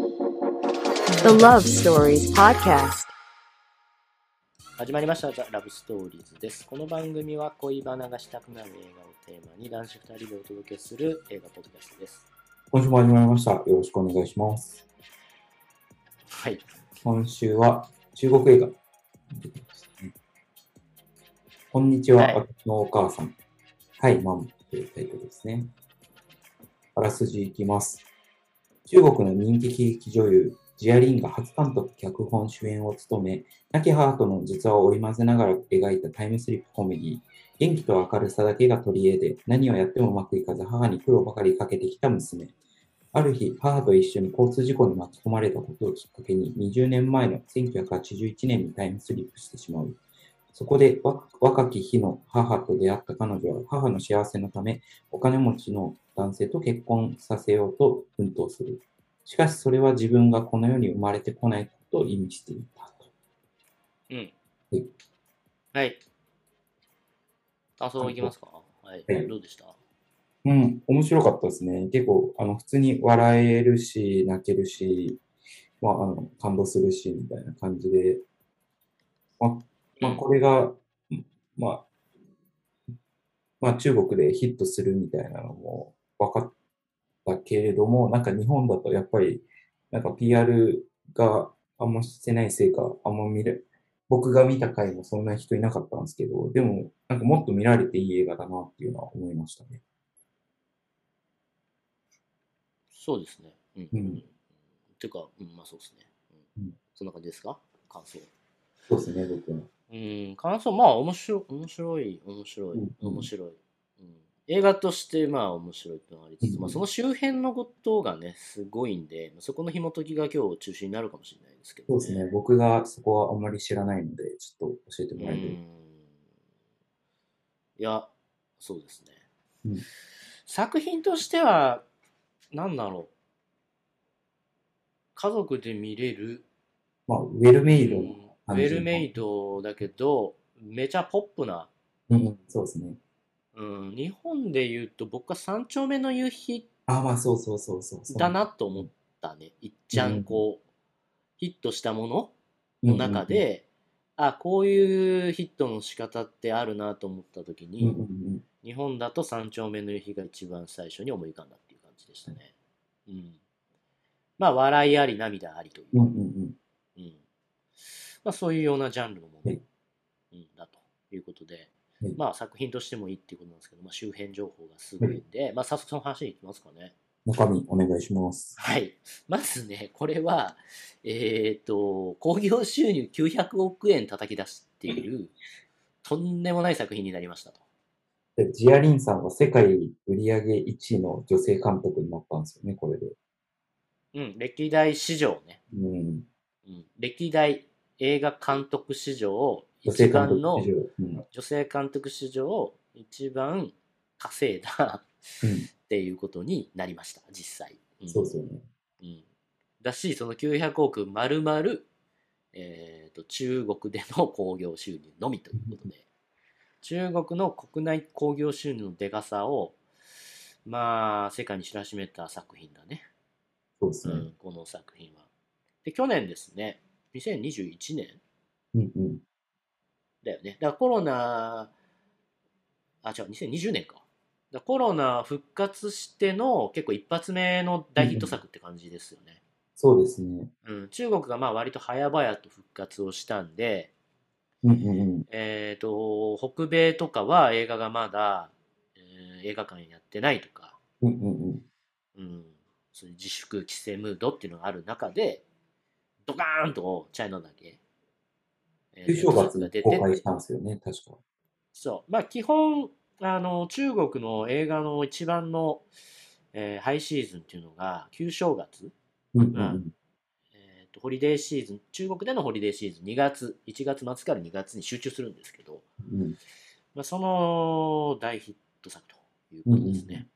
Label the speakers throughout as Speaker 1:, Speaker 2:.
Speaker 1: The Love Stories Podcast.
Speaker 2: 始まりました「ラブストーリーズです。この番組は恋バナがしたくなる映画をテーマに男子2人でお届けする映画ポッドキャストです。
Speaker 3: 今週も始まりました。よろしくお願いします。
Speaker 2: はい。
Speaker 3: 今週は中国映画。こんにちは、
Speaker 2: はい
Speaker 3: 私のお母さん。はい、マムというタイトルですね。あらすじいきます。中国の人気喜劇女優、ジアリンが初監督、脚本、主演を務め、亡き母との実話を織り交ぜながら描いたタイムスリップコメディ元気と明るさだけが取り柄で、何をやってもうまくいかず母に苦労ばかりかけてきた娘。ある日、母と一緒に交通事故に巻き込まれたことをきっかけに、20年前の1981年にタイムスリップしてしまう。そこでわ若き日の母と出会った彼女は、母の幸せのため、お金持ちの男性と結婚させようと奮闘する。しかし、それは自分がこの世に生まれてこないことを意味していたと。
Speaker 2: うん
Speaker 3: はい。
Speaker 2: はい。感想いきますかはい
Speaker 3: は。い
Speaker 2: どうでした
Speaker 3: うん、面白かったですね。結構、あの、普通に笑えるし、泣けるし、まあ、あの、感動するし、みたいな感じで、まあ、これが、うんまあ、まあ、中国でヒットするみたいなのも分かったけれども、なんか日本だとやっぱり、なんか PR があんましてないせいか、あんま見る、僕が見た回もそんな人いなかったんですけど、でも、なんかもっと見られていい映画だなっていうのは思いましたね。
Speaker 2: そうですね。うん。
Speaker 3: うん
Speaker 2: ていうか、うん、まあそうですね。う
Speaker 3: うん
Speaker 2: ん、そんな感じですか感想。
Speaker 3: そうですね、僕は。
Speaker 2: うん、感想、まあ面白い、面白い、面白い
Speaker 3: うん、うん
Speaker 2: 面白い。うん、映画として、まあ面白いってのはありつ
Speaker 3: うんう
Speaker 2: つ、
Speaker 3: ん
Speaker 2: まあその周辺のことがね、すごいんで、まあそこの紐解きが今日中心になるかもしれないですけ
Speaker 3: そ
Speaker 2: ど
Speaker 3: うですね。僕がそこはあんまり知らないので、ちょっと教えて
Speaker 2: う
Speaker 3: もらえる。
Speaker 2: ん。いや、そうですね。
Speaker 3: うん
Speaker 2: 作品としては、なんだろう。家族で見れる、
Speaker 3: まあ、ウェルメイド
Speaker 2: う
Speaker 3: の
Speaker 2: んウ
Speaker 3: 感じの
Speaker 2: ェルメイドだけど、めちゃポップな
Speaker 3: うん、そうですね。
Speaker 2: うん、日本で言うと僕は三丁目の夕日
Speaker 3: あ、まあ、そうそうそうそうそう。
Speaker 2: だなと思ったね。いっちゃ
Speaker 3: うん
Speaker 2: んこう、ヒットしたも
Speaker 3: うん
Speaker 2: のの中、で、あ、こういうヒットの仕方ってあるなと思った時
Speaker 3: うん
Speaker 2: に、
Speaker 3: うんうん
Speaker 2: 日本だと三丁目の夕日が一番最初に思い浮かんだっていう感じでしたね。うん。まあ、笑いあり、涙ありという。
Speaker 3: うんうんうん
Speaker 2: うんまあ、そういうようなジャンルのもの、
Speaker 3: はい
Speaker 2: うん、だということで、
Speaker 3: はい
Speaker 2: まあ、作品としてもいいっていうことなんですけど、まあ、周辺情報がすごいんで、まあ、早速その話に行きますかね。
Speaker 3: うん。中身お願いします。
Speaker 2: はい、まずね、これは、えっ、と、興行収入900億円叩き出している、とんでもない作品になりましたと。
Speaker 3: でジアリンさんは世界売り上げ1位の女性監督になったんですよね、これで。
Speaker 2: うん、歴代史上ね、
Speaker 3: うん。
Speaker 2: うん、歴代映画監督史上、
Speaker 3: 女性
Speaker 2: 一
Speaker 3: 監督
Speaker 2: 番の
Speaker 3: 史上うん。うん
Speaker 2: 女性監督史上、一番稼いだっていうことになりました実際、ん
Speaker 3: そうですよね。
Speaker 2: うんだしその900億丸々、えー、と中国での興行収入のみということで中国の国内興行収入のでかさをまあ世界に知らしめた作品だね、
Speaker 3: そうです
Speaker 2: う
Speaker 3: ね。
Speaker 2: ん、この作品はで去年ですね2021年
Speaker 3: うんうん。
Speaker 2: だよね。だからコロナ、あ、違う、2020年か。だからコロナ復活しての結構一発目の大ヒット作って感じですよね。
Speaker 3: そうですね。
Speaker 2: うん、中国がまあ割と早々と復活をしたんで、
Speaker 3: うんうんうん。
Speaker 2: えー、と北米とかは映画がまだ、えー映画館やってないとか、
Speaker 3: うんうんうん。
Speaker 2: うん、そういう自粛規制ムードっていうのがある中でドカーンとチャイナだけ、え
Speaker 3: 旧正月に公
Speaker 2: て
Speaker 3: 開したんですよね、確か。
Speaker 2: そう。まあ、基本、あの、中国の映画の一番の、えーハイシーズンっていうのが、旧正月、
Speaker 3: うんうんうん。
Speaker 2: えーと、ホリデーシーズン、中国でのホリデーシーズン、2月、1月末から2月に集中するんですけど、
Speaker 3: うん
Speaker 2: まあ、その大ヒット作ということですね。うん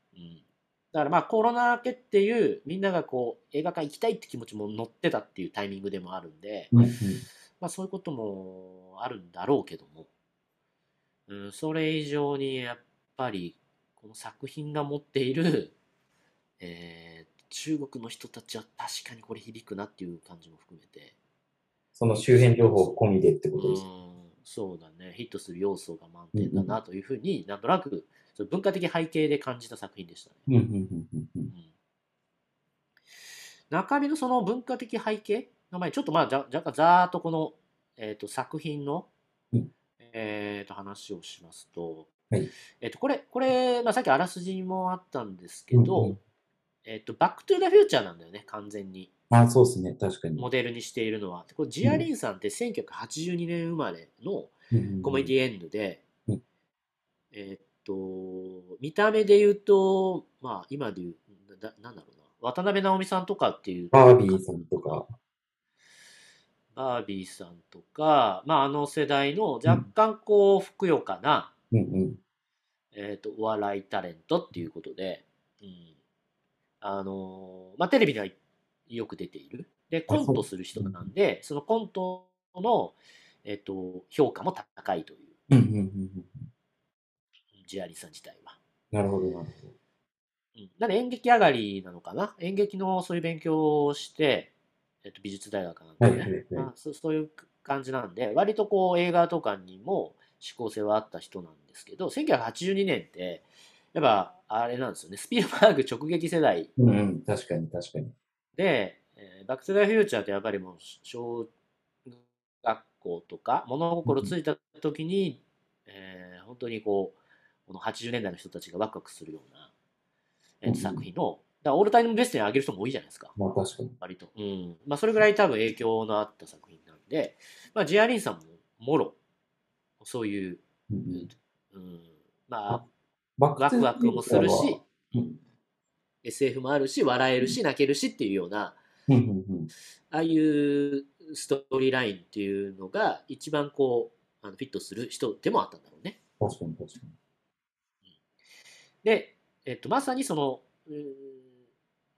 Speaker 2: だからまあコロナ明けっていうみんながこう映画館行きたいって気持ちも乗ってたっていうタイミングでもあるんで、
Speaker 3: うんうん。
Speaker 2: まあそういうこともあるんだろうけども、うん、それ以上にやっぱりこの作品が持っている、えー中国の人たちは確かにこれ響くなっていう感じも含めて、
Speaker 3: その周辺情報込みでって
Speaker 2: う
Speaker 3: ことです。
Speaker 2: ん、そうだね、ヒットする要素が満点だなというふうに、なんとなく、その文化的背景で感じた作品でしたね。
Speaker 3: うん、うん、うんうん、うん。
Speaker 2: うん中身のその文化的背景の前にちょっとまあじゃ若干ざーっとこの、えー、と作品の、
Speaker 3: うん
Speaker 2: えー、と話をしますと,、
Speaker 3: はい
Speaker 2: えー、とこれこれ、まあ、さっきあらすじもあったんですけど、
Speaker 3: うんうん
Speaker 2: えー、とバック・トゥ・ザ・フューチャーなんだよね完全に
Speaker 3: あ、そうですね。確かに。
Speaker 2: モデルにしているのは。でこれジアリンさんって1982年生まれのコメディ
Speaker 3: ィ
Speaker 2: エンドで、
Speaker 3: うん
Speaker 2: えーっと、見た目で言うと、まあ、今で言う、な、なんだろうな、渡辺直美さんとかっていう、
Speaker 3: バービーさんとか。
Speaker 2: バービーさんとか、まあ、あの世代の若干こう、ふくよかな、
Speaker 3: うんうん。
Speaker 2: えーっと、お笑いタレントっていうことで、うん。あのーまあ、テレビではよく出ている。で、コントする人なんで、そのコントの、えーっと、評価も高いという、
Speaker 3: うんうんうんうん。
Speaker 2: ジアリさん自体は。
Speaker 3: なるほど、なるほど。
Speaker 2: うんなんで演劇上がりなのかな演劇のそういう勉強をして、えっと、美術大学なんで、
Speaker 3: はいはいはい
Speaker 2: まあそそういう感じなんで割とこう映画とかにも指向性はあった人なんですけど1982年ってやっぱあれなんですよねスピルバーグ直撃世代
Speaker 3: うんうん。確かに、確かに。
Speaker 2: で、えーバック・トゥ・ザ・フューチャーってやっぱりもう小学校とか物心ついた時に、えー本当にこうこの80年代の人たちがワクワクするような、えー
Speaker 3: うん
Speaker 2: 作品のだからオールタイムベストに上げる人も多いじゃないですか
Speaker 3: まあ、確かに。
Speaker 2: 割と、うんまあ、それぐらい多分影響のあった作品なんで、まあ、ジアリンさんももろそういう、
Speaker 3: うん
Speaker 2: う
Speaker 3: うん
Speaker 2: んま
Speaker 3: バッ
Speaker 2: あワクワクもするし、
Speaker 3: うん、
Speaker 2: SF もあるし笑えるし泣けるしっていうような
Speaker 3: うんうんうん、
Speaker 2: ああいうストーリーラインっていうのが一番こうあのフィットする人でもあったんだろうね。
Speaker 3: 確かに確かに。
Speaker 2: で、えっと、まさにそのうーん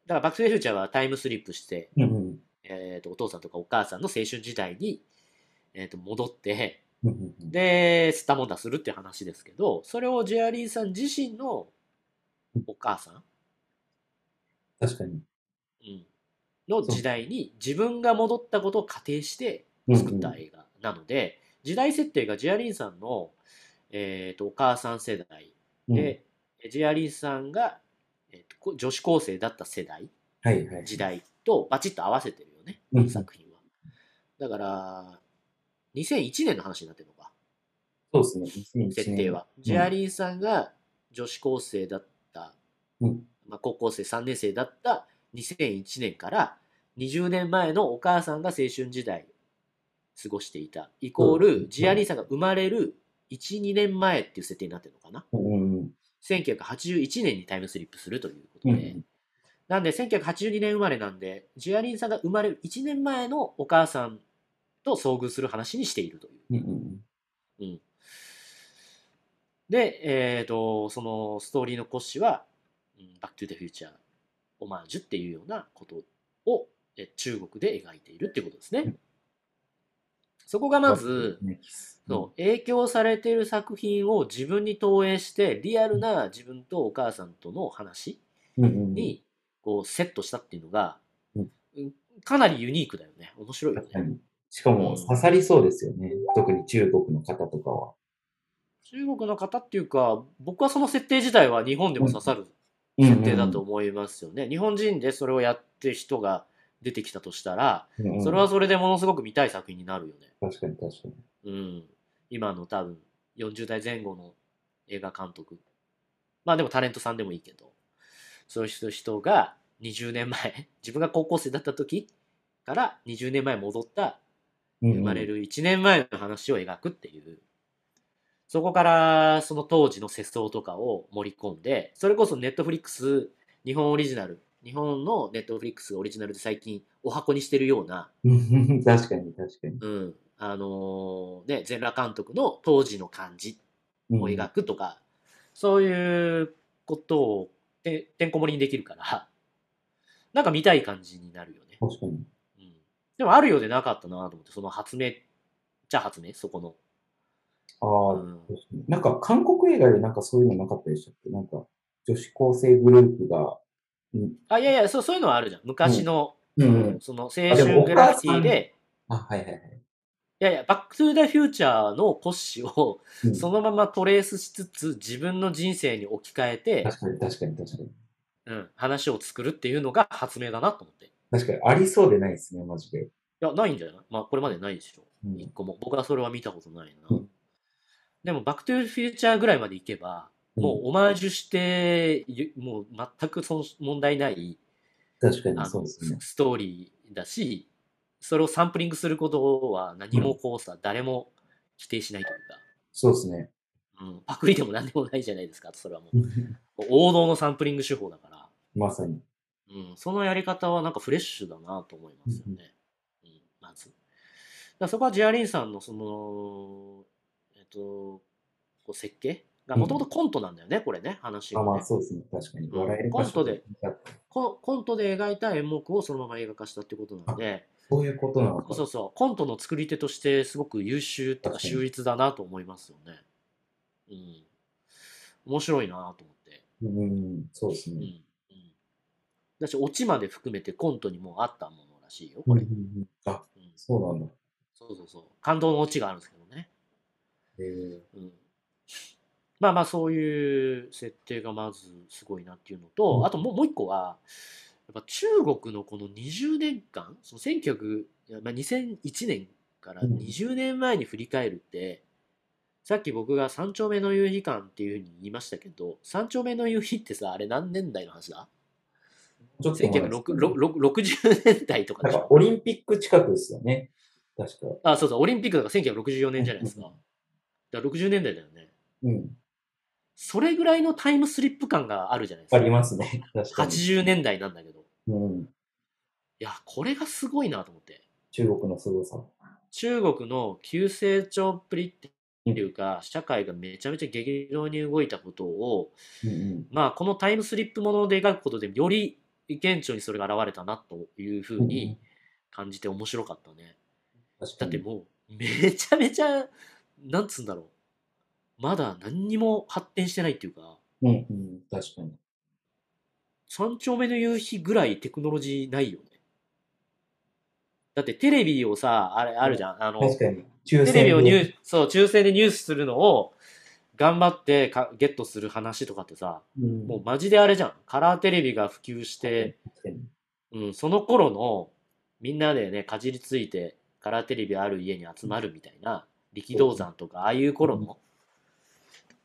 Speaker 2: だからバック・トゥ・ザ・フューチャーはタイムスリップして、
Speaker 3: うんうん
Speaker 2: えっとお父さんとかお母さんの青春時代に、えっと戻って
Speaker 3: うんうんうん、
Speaker 2: でスタモンダするっていう話ですけどそれをジェアリーさん自身のお母さん、
Speaker 3: 確かに。
Speaker 2: うん、の時代に自分が戻ったことを仮定して作った映画なので、時代設定がジアリンさんの、えー、とお母さん世代
Speaker 3: うんうん、
Speaker 2: で、ジアリンさんが、えーとこ女子高生だった世代
Speaker 3: はいはい。
Speaker 2: 時代とバチッと合わせてるよね、
Speaker 3: うん
Speaker 2: 作品はだから2001年の話になってるのか
Speaker 3: そうですね。2001年
Speaker 2: 設定は、。ジアリンさんが女子高生だった、
Speaker 3: うん
Speaker 2: まあ、高校生3年生だった2001年から20年前のお母さんが青春時代過ごしていたイコー
Speaker 3: う
Speaker 2: ル
Speaker 3: ん
Speaker 2: ジアリンさんが生まれる12年前っていう設定になってるのかな
Speaker 3: うんうん
Speaker 2: 1981年にタイムスリップするということ
Speaker 3: う
Speaker 2: で、
Speaker 3: ん。
Speaker 2: なんで1982年生まれなんでジアリンさんが生まれる1年前のお母さんと遭遇する話にしているという
Speaker 3: うんうん
Speaker 2: うん、で、えー、とそのストーリーの骨子は「うんバック・トゥ・ザ・フューチャー」オマージュっていうようなことをえ中国で描いているってことですね。
Speaker 3: うん
Speaker 2: そこがまず、、
Speaker 3: ね
Speaker 2: そう影響されている作品を自分に投影してリアルな自分とお母さんとの話
Speaker 3: うんうん、
Speaker 2: にこうセットしたっていうのが、
Speaker 3: うん
Speaker 2: うんかなりユニークだよね面白いよ
Speaker 3: 確か
Speaker 2: ね。
Speaker 3: に。しかも刺さりそうですよね。特に中国の方とかは。
Speaker 2: 中国の方っていうか僕はその設定自体は日本でも刺さる設定だと思いますよね、日本人でそれをやってる人が出てきたとしたら、
Speaker 3: うんうん。
Speaker 2: それはそれでものすごく見たい作品になるよね、
Speaker 3: 確かに確かに。
Speaker 2: うん、今の多分40代前後の映画監督まあでもタレントさんでもいいけどそういう人が20年前自分が高校生だった時から20年前に戻った
Speaker 3: うんうん
Speaker 2: 生まれ。る1年前の話を描くっていうそこからその当時の世相とかを盛り込んでそれこそネットフリックス日本オリジナル日本のネットフリックスオリジナルで最近お箱にしてるような、
Speaker 3: うん確かに確かに。
Speaker 2: うんあのーね全裸監督の当時の感じ
Speaker 3: うん
Speaker 2: を描くとか、そういうことをててんこ盛りにできるからなんか見たい感じになるよね、
Speaker 3: 確かに。
Speaker 2: うん、でもあるようでなかったなと思ってその発明じゃあ発明そこの
Speaker 3: ああ、
Speaker 2: うん
Speaker 3: 確かになんか韓国映画でなんかそういうのなかったでしたっけなんか女子高生グループがうん
Speaker 2: あ、いやいや、そうそういうのはあるじゃん。昔の、
Speaker 3: うんうん。
Speaker 2: その青春グラフィティで、
Speaker 3: あ、はいはいはい。
Speaker 2: いやいや、バックトゥーダフューチャーの骨子を
Speaker 3: うん
Speaker 2: そのままトレースしつつ自分の人生に置き換えて、
Speaker 3: 確かに確かに確かに。
Speaker 2: うん、話を作るっていうのが発明だなと思って。い
Speaker 3: 確かに、ありそうでないですね、マジで。
Speaker 2: や、ないんじゃないまあ、これまでないでしょ。
Speaker 3: うん
Speaker 2: 一個も。僕はそれは見たことないな。
Speaker 3: うん
Speaker 2: でも、バックトゥーフューチャーぐらいまでいけば、もうオマージュして、ゆもう全くその問題ない
Speaker 3: 確か
Speaker 2: あ
Speaker 3: に
Speaker 2: の
Speaker 3: そうですね。
Speaker 2: ストーリーだし、それをサンプリングすることは何もこうさ、誰も否定しないというか。
Speaker 3: そうですね。
Speaker 2: うん、パクリでも何でもないじゃないですか、それはもう。王道のサンプリング手法だから、
Speaker 3: まさに。
Speaker 2: うん、そのやり方はなんかフレッシュだなと思いますよね。うん、まず。だからそこはジェアリンさんのその、えっと、こう設計が
Speaker 3: うん
Speaker 2: もともとコントなんだよね、これね、話が
Speaker 3: あ、
Speaker 2: ね、
Speaker 3: まあそうですね。確かに。
Speaker 2: うん
Speaker 3: 笑える場所がなかった
Speaker 2: コ。コントで描いた演目をそのまま映画化したってことなんで、
Speaker 3: そういうことな
Speaker 2: そ
Speaker 3: の
Speaker 2: うそ
Speaker 3: か。
Speaker 2: うそう、コントの作り手としてすごく優秀っていうか
Speaker 3: 確かに
Speaker 2: 秀逸だなと思いますよね。うん。面白いなと思って。
Speaker 3: うん、そうです
Speaker 2: うんう
Speaker 3: ね。
Speaker 2: んだし、オチまで含めてコントにもあったものらしいよ、これ。
Speaker 3: うんうんうんあ、
Speaker 2: うん
Speaker 3: そうなんだ。
Speaker 2: そうそうそう。感動のオチがあるんですけどね。
Speaker 3: へえ
Speaker 2: うん、まあまあ、そういう設定がまずすごいなっていうのと、
Speaker 3: うん
Speaker 2: あともうもう一個は、やっぱ中国のこの20年間、その1900、いやまあ、2001年から
Speaker 3: うん
Speaker 2: 20年前に振り返るって、さっき僕が三丁目の夕日館っていうふうに言いましたけど、三丁目の夕日ってさ、あれ何年代の話だ
Speaker 3: ちょっと前ですね
Speaker 2: 1960年代とか
Speaker 3: なん
Speaker 2: でし
Speaker 3: か
Speaker 2: ょ
Speaker 3: オリンピック近くですよね。確か。
Speaker 2: あそうそうオリンピックだから1964年じゃないですかだから60年代だよね
Speaker 3: うん。
Speaker 2: それぐらいのタイムスリップ感があるじゃないです
Speaker 3: あ
Speaker 2: か
Speaker 3: りますね。確かに。
Speaker 2: 80年代なんだけどい
Speaker 3: うん。
Speaker 2: やこれがすごいなと思って
Speaker 3: 中国の凄さ。
Speaker 2: 中国の急成長っぷりっていうか社会がめちゃめちゃ激動に動いたことを
Speaker 3: うんうん。
Speaker 2: まあこのタイムスリップもので描くことでより顕著にそれが現れたなというふうに感じて面白かったね、
Speaker 3: 確か
Speaker 2: だっ
Speaker 3: に
Speaker 2: てもうめちゃめちゃなんつうんだろうまだ何にも発展してないっていうか
Speaker 3: うんうん。確かに。
Speaker 2: 三丁目の夕日ぐらいテクノロジーないよねだってテレビをさあれあるじゃんあの
Speaker 3: 確かに。
Speaker 2: テ
Speaker 3: 抽
Speaker 2: レビを
Speaker 3: で
Speaker 2: ニューそう抽選でニュースするのを頑張ってかゲットする話とかってさ
Speaker 3: うん、
Speaker 2: もうマジであれじゃんカラーテレビが普及して、
Speaker 3: 確かに
Speaker 2: うん、その頃のみんなでねかじりついてカラーテレビある家に集まるみたいな力道山とかああいう頃の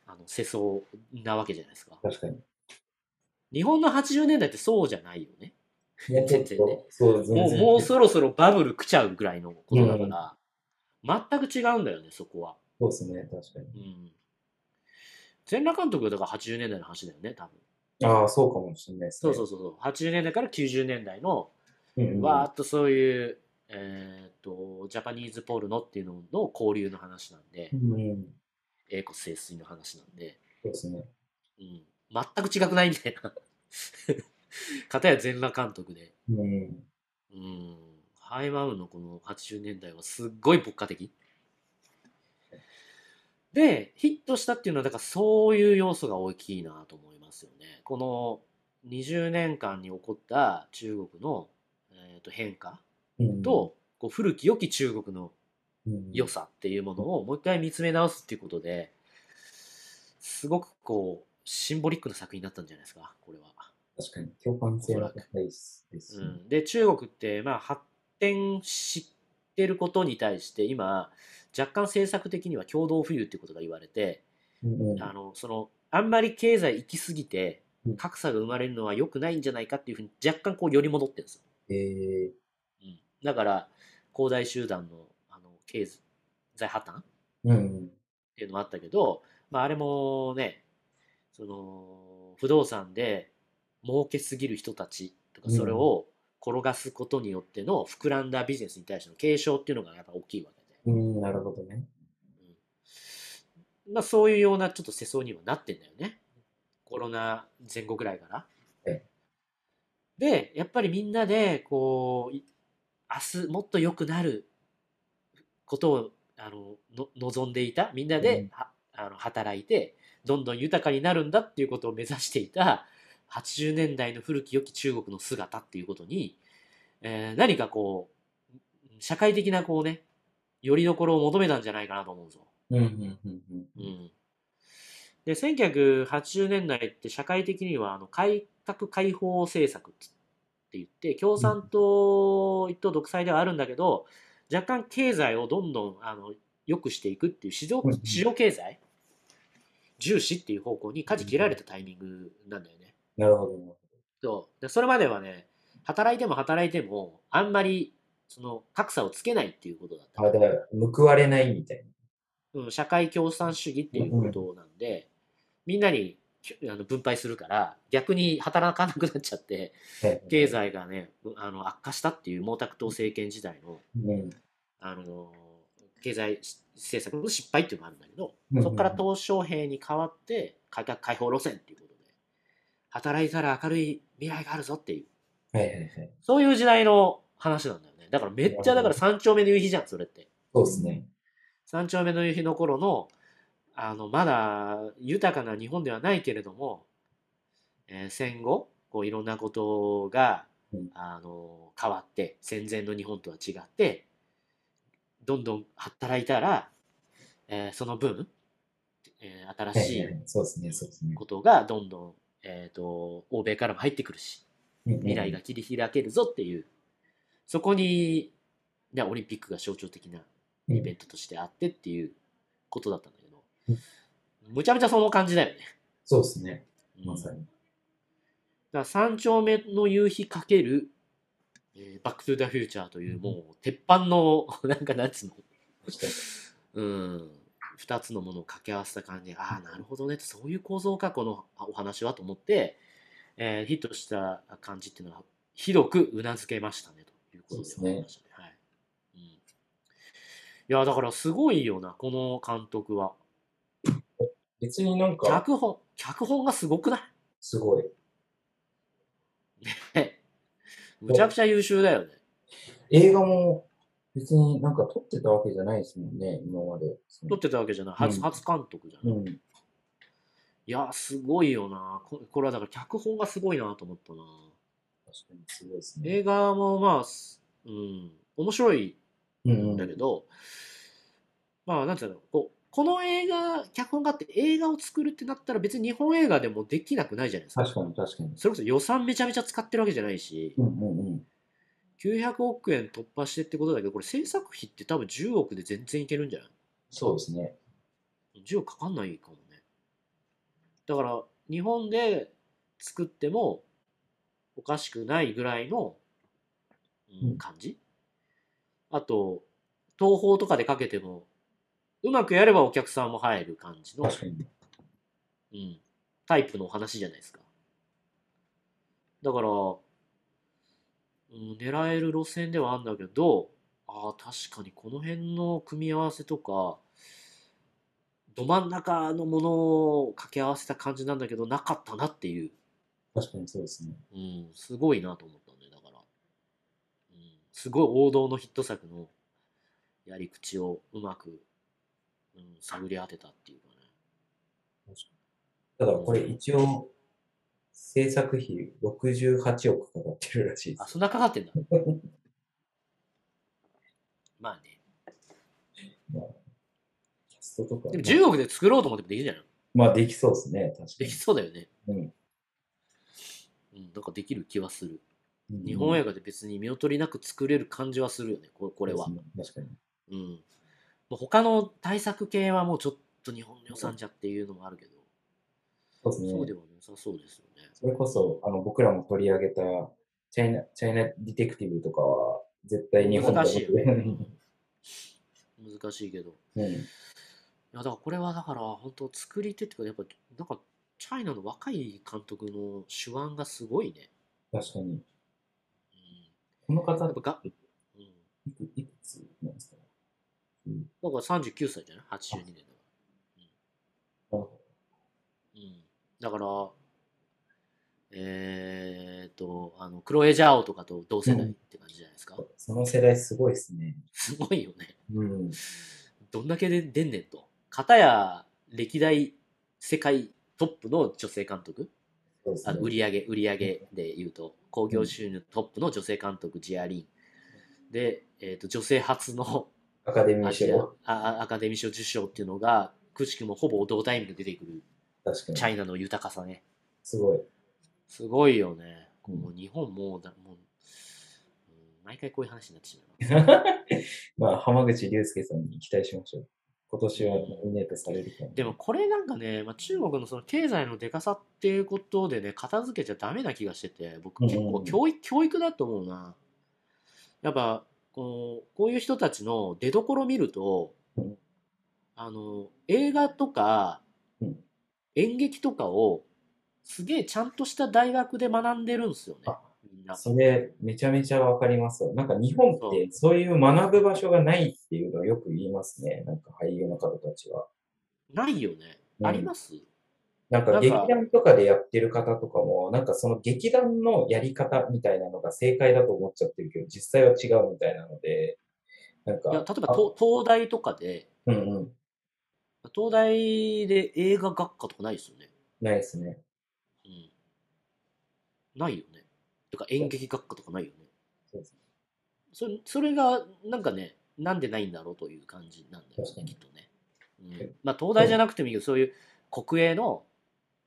Speaker 2: あの世相なわけじゃないですか
Speaker 3: 確かに。
Speaker 2: 日本の80年代ってそうじゃないよね
Speaker 3: いやちょっ
Speaker 2: 全然ね
Speaker 3: と、そう、
Speaker 2: も
Speaker 3: 全
Speaker 2: う
Speaker 3: 然。
Speaker 2: もうそろそろバブル来ちゃうぐらいのことだから全く違うんだよねそこは、
Speaker 3: そうですね、確かに。
Speaker 2: うん、全裸監督がだから80年代の話だよね多分
Speaker 3: ああ、そうかもしれないです
Speaker 2: そ
Speaker 3: ね。
Speaker 2: うそううそうそう80年代から90年代の
Speaker 3: そう。ん、
Speaker 2: わーっとそういう、えーっとジャパニーズポルノっていうのの交流の話なんで、
Speaker 3: うんうん。
Speaker 2: 英国清水の話なんで、
Speaker 3: そうですね。
Speaker 2: うん、全く違くないみたいな 片や全裸監督で、
Speaker 3: うん。
Speaker 2: うん、ハイマウンのこの80年代はすっごい牧歌的でヒットしたっていうのはだからそういう要素が大きいなと思いますよねこの20年間に起こった中国の、えーっと変化、
Speaker 3: うん、
Speaker 2: と、こう古き良き中国の
Speaker 3: うん、
Speaker 2: 良さっていうものをもう一回見つめ直すっていうことですごくこうシンボリックな作品だったんじゃないですかこれは。
Speaker 3: 確かに、共感性が高いですで
Speaker 2: う
Speaker 3: すね、
Speaker 2: ん、で中国ってまあ発展してることに対して今若干政策的には共同富裕っていうことが言われて
Speaker 3: うんうん。
Speaker 2: あのそのあんまり経済行き過ぎて
Speaker 3: うん
Speaker 2: 格差が生まれるのは良くないんじゃないかっていうふうに若干こう寄り戻ってるんですよ。
Speaker 3: えー、
Speaker 2: うん、だから恒大集団のあの経済破綻
Speaker 3: うん。
Speaker 2: っていうのもあったけど、まあ、あれもねその不動産で儲けすぎる人たちとか
Speaker 3: うん
Speaker 2: それを転がすことによっての膨らんだビジネスに対しての継承っていうのがやっぱ大きいわけで、
Speaker 3: うん、なるほどね。
Speaker 2: まあ、そういうようなちょっと世相にはなってんだよねコロナ前後ぐらいから
Speaker 3: え。
Speaker 2: でやっぱりみんなでこうい明日もっと良くなることをあのの望んでいたみんなで、
Speaker 3: うん
Speaker 2: はあの働いてどんどん豊かになるんだっていうことを目指していた80年代の古き良き中国の姿っていうことに、えー何かこう、社会的なこうね、よりどころを求めたんじゃないかなと思うんですよ。
Speaker 3: うんうんうんうん
Speaker 2: うんで1980年代って社会的にはあの改革開放政策つって言って共産党一党独裁ではあるんだけど若干経済をどんどんあの良くしていくっていう市場
Speaker 3: うん
Speaker 2: 市場経済重視っていう方向に舵切られたタイミングなんだよね。
Speaker 3: なるほど。
Speaker 2: そうでそれまではね働いても働いてもあんまりその格差をつけないっていうことだった
Speaker 3: あ。だから報われないみたい
Speaker 2: うん、社会共産主義っていうことなんで、みんなにきゅあの分配するから逆に働かなくなっちゃって
Speaker 3: な。はい
Speaker 2: 経済がねうあの悪化したっていう毛沢東政権時代の、
Speaker 3: うん
Speaker 2: あのー経済し政策の失敗っていうのがあるんだけど、
Speaker 3: うんうん
Speaker 2: そこから鄧小平に代わって改革開放路線っていうことで働いたら明るい未来があるぞっていう
Speaker 3: はいはいはい。
Speaker 2: そういう時代の話なんだよねだからめっちゃだから三丁目の夕日じゃんそれって。
Speaker 3: そうですね。
Speaker 2: 三丁目の夕日の頃のあのまだ豊かな日本ではないけれども、えー戦後こういろんなことが、
Speaker 3: うん
Speaker 2: あの変わって戦前の日本とは違ってどんどん働いたら、えーその分、えー新
Speaker 3: はい
Speaker 2: し
Speaker 3: はいいはい。そうですね、そうですね。
Speaker 2: ことがどんどん、えー、と欧米からも入ってくるし未
Speaker 3: 未
Speaker 2: 来が。切り開けるぞっていうそこに、ね、オリンピックが象徴的な
Speaker 3: うん
Speaker 2: イベントとしてあってっていうことだったんだけど
Speaker 3: うん、
Speaker 2: むちゃむちゃその感じだよね。
Speaker 3: そうですね、ま
Speaker 2: だ
Speaker 3: さ
Speaker 2: か
Speaker 3: に。
Speaker 2: ら三丁目の夕日かける、えーバックトゥザフューチャーというもう鉄板の、なんかなんつうの、うん、二つのものを掛け合わせた感じで、ああ、なるほどねって、そういう構造か、このあお話はと思って、えーヒットした感じっていうのは、広くうなずけましたね、ということで
Speaker 3: そうですね
Speaker 2: わかりましたね。はいうん、いや、だからすごいよな、この監督は。
Speaker 3: 別になんか、
Speaker 2: 脚本、脚本がすごくない
Speaker 3: すごい。
Speaker 2: ねむちゃくちゃ優秀だよね。
Speaker 3: 映画も別になんか撮ってたわけじゃないですもんね、今まで。
Speaker 2: 撮ってたわけじゃない。初,、
Speaker 3: うん
Speaker 2: 初監督じゃ
Speaker 3: う
Speaker 2: ない。
Speaker 3: ん。
Speaker 2: いや、すごいよな。ここれはだから脚本がすごいなと思ったな。
Speaker 3: 確かにすごいですね。
Speaker 2: 映画もまあ、すうん、面白い
Speaker 3: うんん
Speaker 2: だけど、まあ、なんていうの、こう、この映画、脚本があって映画を作るってなったら別に日本映画でもできなくないじゃないですか。
Speaker 3: 確かに確かに。
Speaker 2: それこそ予算めちゃめちゃ使ってるわけじゃないし、
Speaker 3: うんうんうん。
Speaker 2: 900億円突破してってことだけど、これ制作費って多分10億で全然いけるんじゃない
Speaker 3: そうですね。
Speaker 2: 10億かかんないかもねだから日本で作ってもおかしくないぐらいの、うん
Speaker 3: うん
Speaker 2: 感じあと東宝とかでかけてもうまくやればお客さんも入る感じの、
Speaker 3: 確かに。
Speaker 2: うん、タイプのお話じゃないですかだから、うん、狙える路線ではあるんだけどああ確かにこの辺の組み合わせとかど真ん中のものを掛け合わせた感じなんだけどなかったなっていう、
Speaker 3: 確かにそうですね。
Speaker 2: うん、すごいなと思ったんでだから、うん、すごい王道のヒット作のやり口をうまく、うん、探り当てたっていうかね
Speaker 3: ただこれ一応、制作費68億かかってるらしいで
Speaker 2: あ、
Speaker 3: す。
Speaker 2: そんなかかって んだ。まあね。
Speaker 3: キャストとか。
Speaker 2: でも10億で作ろうと思ってもできるじゃない
Speaker 3: まあできそうですね、確か
Speaker 2: できそうだよね。
Speaker 3: に。
Speaker 2: うん、なんかできる気はする。
Speaker 3: うん
Speaker 2: 日本
Speaker 3: 映
Speaker 2: 映画で別に見劣りなく作れる感じはするよね、ここれは。う。
Speaker 3: 確かに。
Speaker 2: ん。もう他の対策系はもうちょっと日本の予算じゃっていうのもあるけど、
Speaker 3: そうですね。
Speaker 2: そうではなさそうですよね。
Speaker 3: それこそ、あの、僕らも取り上げた、チャイナ、チャイナディテクティブとかは、絶対日本
Speaker 2: 難しいよね
Speaker 3: う。
Speaker 2: うん難しいけど。
Speaker 3: ん。
Speaker 2: いやだからこれはだから本当作り手っていうかやっぱなんかチャイナの若い監督の手腕がすごいね。
Speaker 3: 確かに。
Speaker 2: うん
Speaker 3: この方
Speaker 2: や
Speaker 3: っ
Speaker 2: っぱが、うん、
Speaker 3: いくいくつなんですか
Speaker 2: だから39歳じゃない ?82 年だか
Speaker 3: なるほ
Speaker 2: ら。うん。だから、えーっと、あの、クロエジャオとかと同世代って感じじゃないですか。
Speaker 3: どその世代すごいですね。
Speaker 2: すごいよね。
Speaker 3: うん。
Speaker 2: どんだけで出んねんと。片や歴代世界トップの女性監督
Speaker 3: そうです
Speaker 2: あ
Speaker 3: ね
Speaker 2: の売上売上で言うと興行収入トップの女性監督ジアリンで、えー、と女性初の
Speaker 3: アカデミー
Speaker 2: アジア
Speaker 3: 賞、
Speaker 2: あアカデミー賞受賞っていうのがくしくもほぼ同タイムで出てくる
Speaker 3: 確かに
Speaker 2: チ。ャイナの豊かさね
Speaker 3: すごい。
Speaker 2: すごいよね
Speaker 3: うん
Speaker 2: もう日本もうだもううん毎回こういう話になってしまう
Speaker 3: まあ、浜口竜介さんに期待しましょう。今年はノミネートされるかも。
Speaker 2: でもこれなんかね、まあ、中国のその経済のでかさっていうことでね片付けちゃダメな気がしてて僕
Speaker 3: うんうん
Speaker 2: 結構教育,、教育だと思うなやっぱこうこういう人たちの出どころ見ると
Speaker 3: うん
Speaker 2: あの映画とか
Speaker 3: うん
Speaker 2: 演劇とかをすげえちゃんとした大学で学んでるんですよね
Speaker 3: あ
Speaker 2: みんな。
Speaker 3: それ、めちゃめちゃわかりますわ。なんか日本って、そういう学ぶ場所がないっていうのをよく言いますね。なんか俳優の方たちは。
Speaker 2: ないよね、
Speaker 3: うん
Speaker 2: あります
Speaker 3: なんか
Speaker 2: なん
Speaker 3: 劇
Speaker 2: か
Speaker 3: 団とかでやってる方とかも、なんかその劇団のやり方みたいなのが正解だと思っちゃってるけど、実際は違うみたいなので、なんか、
Speaker 2: いや例えば
Speaker 3: あ
Speaker 2: 東東大とかで
Speaker 3: うんうん、
Speaker 2: 東大で映画学科とかないですよね。
Speaker 3: ないですね。
Speaker 2: うんないよね。てか演劇学科とかないよね。
Speaker 3: そうです
Speaker 2: それそれがなんかね、なんでないんだろうという感じなんだよ
Speaker 3: 確か
Speaker 2: ね、
Speaker 3: に
Speaker 2: きっとね。うん、まあ東大じゃなくてもいいけど、そういう国営の、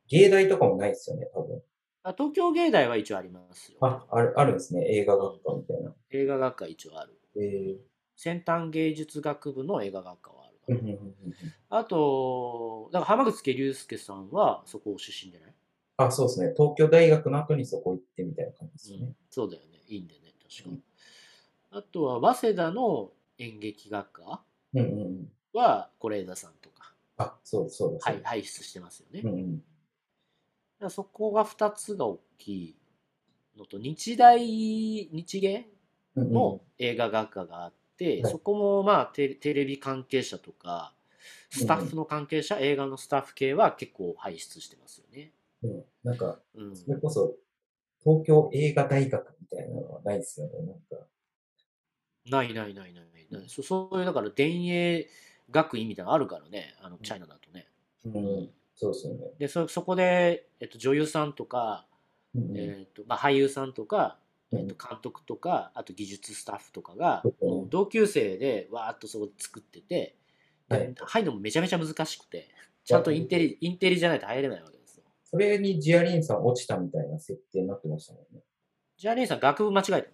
Speaker 3: 芸大とかもないですよね、多分。
Speaker 2: あ東京芸大は一応ありますよ。
Speaker 3: あ、ある、あるんですね。映画学科みたいな。
Speaker 2: 映画学科一応ある。
Speaker 3: えー
Speaker 2: 先端芸術学部の映画学科はあるか
Speaker 3: う
Speaker 2: ら
Speaker 3: んうんうんうん
Speaker 2: あと、だから浜口家竜介さんはそこ出身じゃない、
Speaker 3: あ、そうですね。東京大学の後にそこ行ってみたいな感じですよ
Speaker 2: う
Speaker 3: ね
Speaker 2: ん。そうだよね。いいんだよね、確か。
Speaker 3: うん
Speaker 2: あとは早稲田の演劇学科
Speaker 3: うんうんうん。
Speaker 2: は是枝さんとか、
Speaker 3: あ、そうそうです。
Speaker 2: はい、輩出してますよね。
Speaker 3: う
Speaker 2: だ
Speaker 3: ん
Speaker 2: か
Speaker 3: うん。
Speaker 2: らそこが2つが大きいのと、日大、日芸
Speaker 3: うんうん
Speaker 2: の映画学科があって、
Speaker 3: はい
Speaker 2: そこもまあテレテレビ関係者とか、スタッフの関係者、映画のスタッフ系は結構輩出してますよね。
Speaker 3: うんなんか、
Speaker 2: うん、
Speaker 3: それこそ、東京映画大学みたいなのはないですよね。なんか、
Speaker 2: ないないないないない、そそういうだから電影学院みたいなのあるからねあのチャイナだとね、
Speaker 3: うん、そうですよね。
Speaker 2: でそそこで、えっと、女優さんとか、
Speaker 3: うんうん
Speaker 2: えっとまあ、俳優さんとか、
Speaker 3: うん
Speaker 2: えっと、監督とかあと技術スタッフとかが、
Speaker 3: うん
Speaker 2: もう同級生でわーっとそこで作ってて、
Speaker 3: は
Speaker 2: で
Speaker 3: い
Speaker 2: 入るのもめちゃめちゃ難しくてちゃんとインテリインテリじゃないと入れないわけですよ
Speaker 3: それにジアリンさん落ちたみたいな設定になってましたもんね。
Speaker 2: じゃあ姉さん学部間違え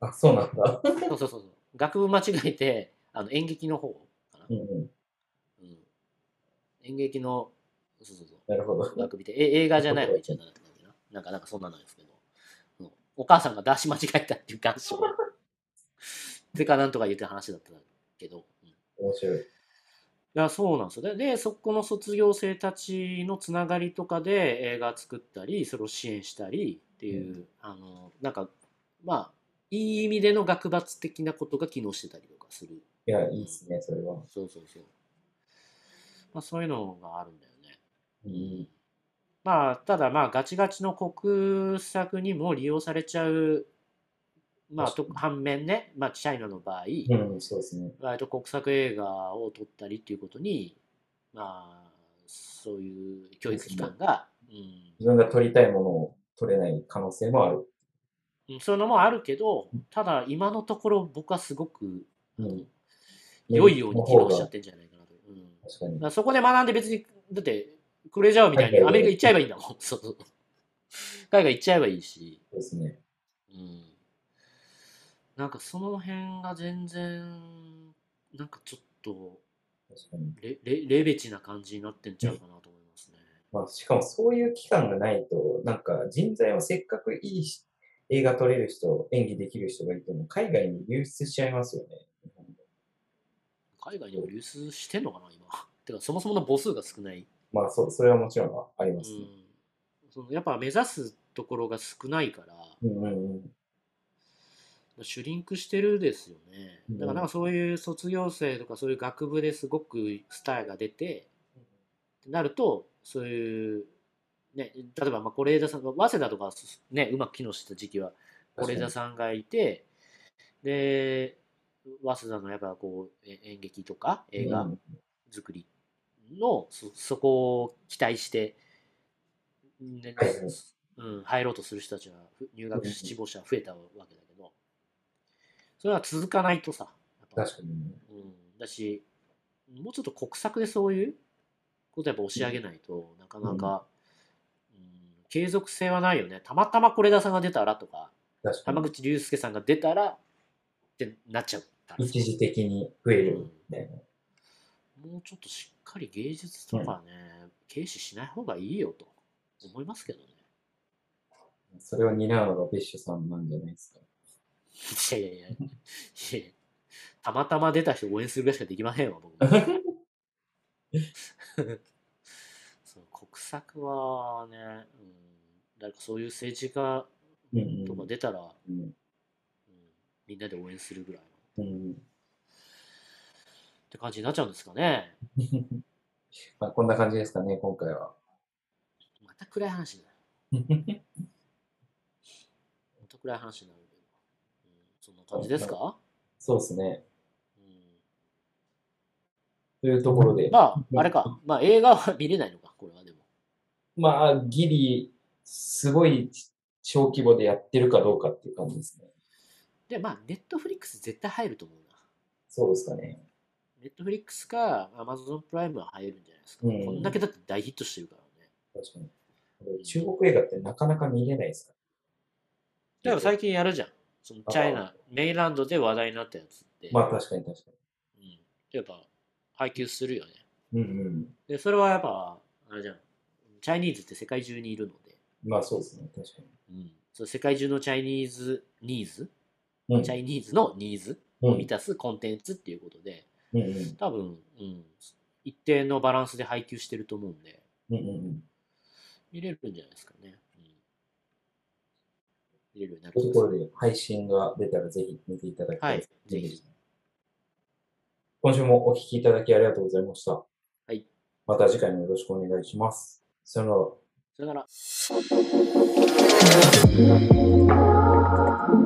Speaker 3: あ、そうなんだ。
Speaker 2: たそうそうそうそう学部間違えてあの演劇の方かな、
Speaker 3: うんうん。
Speaker 2: うん、演劇のそうそうそう
Speaker 3: なるほど。
Speaker 2: 学びでえ映画じゃない方がいいんじゃないかななんかなんかそんなのですけど、うんお母さんが出し間違えたっていう感 想てかなんとか言って話だったけど、うんい
Speaker 3: 面白い。
Speaker 2: やそうなんですよででそこの卒業生たちのつながりとかで映画作ったりそれを支援したりっていう、あのなんかまあいい意味での学罰的なことが機能してたりとかする
Speaker 3: いや、いいですね、それは。
Speaker 2: そうそうそう、まあ、そういうのがあるんだよね
Speaker 3: うん。
Speaker 2: まあただまあガチガチの国策にも利用されちゃうまあと
Speaker 3: 確
Speaker 2: 反面ね、まあ、チャイナの場合、
Speaker 3: うん、そうですね。
Speaker 2: 割と国策映画を撮ったりっていうことにまあそういう教育機関が、う
Speaker 3: 自分が撮りたいものを撮れない可能性もある。
Speaker 2: んうん、そういうのもあるけどただ今のところ僕はすごく、あの
Speaker 3: うん
Speaker 2: 良いように機能しちゃっ
Speaker 3: る。
Speaker 2: てんじゃないかなと。うん
Speaker 3: 確か
Speaker 2: だ
Speaker 3: に
Speaker 2: か。らそこで学んで別に、だって、クレジャーみたいにアメリカ行っちゃえばいいんだもん。そうそう。海外行っちゃえばいいし。
Speaker 3: そうですね。
Speaker 2: うん。なんかその辺が全然、なんかちょっと
Speaker 3: 確かに。
Speaker 2: レ、レ、レベチな感じになってんちゃうかなと思いますね。
Speaker 3: まあ、しかもそういう期間がないと、なんか人材はせっかくいいし映画撮れる人、演技できる人がいても、海外に流出しちゃいますよね。
Speaker 2: 海外にも流出してんのかな、今。 てか、そもそもの母数が少ない。
Speaker 3: まあ、そう、それはもちろんあり
Speaker 2: う
Speaker 3: ますね。
Speaker 2: ん。そのやっぱ目指すところが少ないから、
Speaker 3: うんうんうん。
Speaker 2: シュリンクしてるですよね。
Speaker 3: うん
Speaker 2: だからなんかそういう卒業生とかそういう学部ですごくスターが出て、ってなると、そういう、ね、例えばまあ是枝さんが、早稲田とか、ね、うまく機能してた時期は
Speaker 3: 確
Speaker 2: 是
Speaker 3: かに
Speaker 2: 枝さんがいて、で、早稲田のやっぱこうえ演劇とか映画
Speaker 3: うん
Speaker 2: 作りの、そそこを期待して、ね
Speaker 3: はいはい
Speaker 2: うん、入ろうとする人たちがふ入学志望者が増えたわけだけどそれは続かないとさやっぱ
Speaker 3: 確かにね。
Speaker 2: うん、だしもうちょっと国策でそういうことやっぱ押し上げないと、なかなか、うん継続性はないよねたまたま是枝さんが出たらとか
Speaker 3: 確か
Speaker 2: 浜
Speaker 3: に。
Speaker 2: 口竜介さんが出たらってなっちゃったんです
Speaker 3: 一
Speaker 2: よ
Speaker 3: 時的に増えるみたいな。
Speaker 2: もうちょっとしっかり芸術とかね、軽視しない方がいいよと思いますけどね。
Speaker 3: それを担うのがベッシュさんなんじゃないですか。
Speaker 2: いやいやいやいやいや、たまたま出た人応援するぐらいしかできませんわ、僕も。そう国策はね、うん、誰かそういう政治家
Speaker 3: うん
Speaker 2: と
Speaker 3: う
Speaker 2: か
Speaker 3: ん
Speaker 2: 出たら、
Speaker 3: うん
Speaker 2: うんみんなで応援するぐらいのっ
Speaker 3: うん
Speaker 2: て感じになっちゃうんですかね。
Speaker 3: まあ、こんな感じですかね、今回は。
Speaker 2: また暗い話だよ。また暗い話になるけど。うん、そんな感じですか、
Speaker 3: そうですね。
Speaker 2: うん
Speaker 3: というところで、
Speaker 2: まあ、あれか、まあ映画は見れないのか、これはでも。
Speaker 3: まあ、ギリ、すごい小規模でやってるかどうかっていう感じですね。
Speaker 2: で、まあ、ネットフリックス絶対入ると思うな。
Speaker 3: そうですかね。
Speaker 2: ネットフリックスか Amazon プライムは入るんじゃないですか。
Speaker 3: うん
Speaker 2: こんだけだって大ヒットしてるからね。
Speaker 3: 確かに。中国映画ってなかなか見れないですか
Speaker 2: だから最近やるじゃん。そのチャイナ、メインランドで話題になったやつって。
Speaker 3: まあ、確かに確か
Speaker 2: うん。やっぱ、配給するよね。
Speaker 3: に。うんうん。
Speaker 2: で、それはやっぱ、あれじゃん。チャイニーズって世界中にいるので、
Speaker 3: まあ、そうですね。確か
Speaker 2: うん。その世界中のチャイニーズニーズ、
Speaker 3: に。うん
Speaker 2: チャイニーズのニーズ
Speaker 3: う
Speaker 2: を
Speaker 3: ん
Speaker 2: 満たすコンテンツっていうことで、
Speaker 3: うんうん
Speaker 2: 多分、うん、一定のバランスで配給してると思うんで、
Speaker 3: うんうんうん。
Speaker 2: 見れるんじゃないですかね。うん、見れるようになる
Speaker 3: と
Speaker 2: と
Speaker 3: いう
Speaker 2: 思
Speaker 3: と
Speaker 2: います
Speaker 3: ころで、配信が出たらぜひ見ていただきたいです。
Speaker 2: はいぜひ。。
Speaker 3: 今週もお聞きいただきありがとうございました。はいまた次回もよろしくお願いします。さよなら。
Speaker 2: それなら。
Speaker 1: 「